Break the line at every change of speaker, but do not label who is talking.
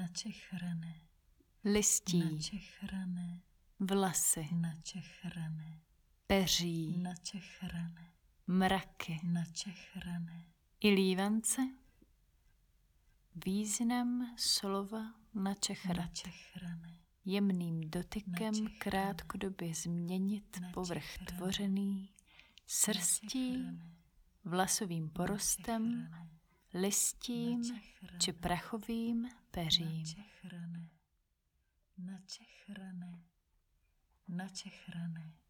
načechrané,
listí,
načechrané,
vlasy,
načechrané,
peří,
načechrané,
mraky
načechrané.
i lívance. Význam slova načechrat
Načechrané,
jemným dotykem
Načechrané.
krátkodobě změnit povrch
Načechrané.
tvořený srstí,
načechrané,
vlasovým porostem,
načechrané,
listím
Načechrané.
či prachovým peřím.
načechrané, načechrané, načechrané.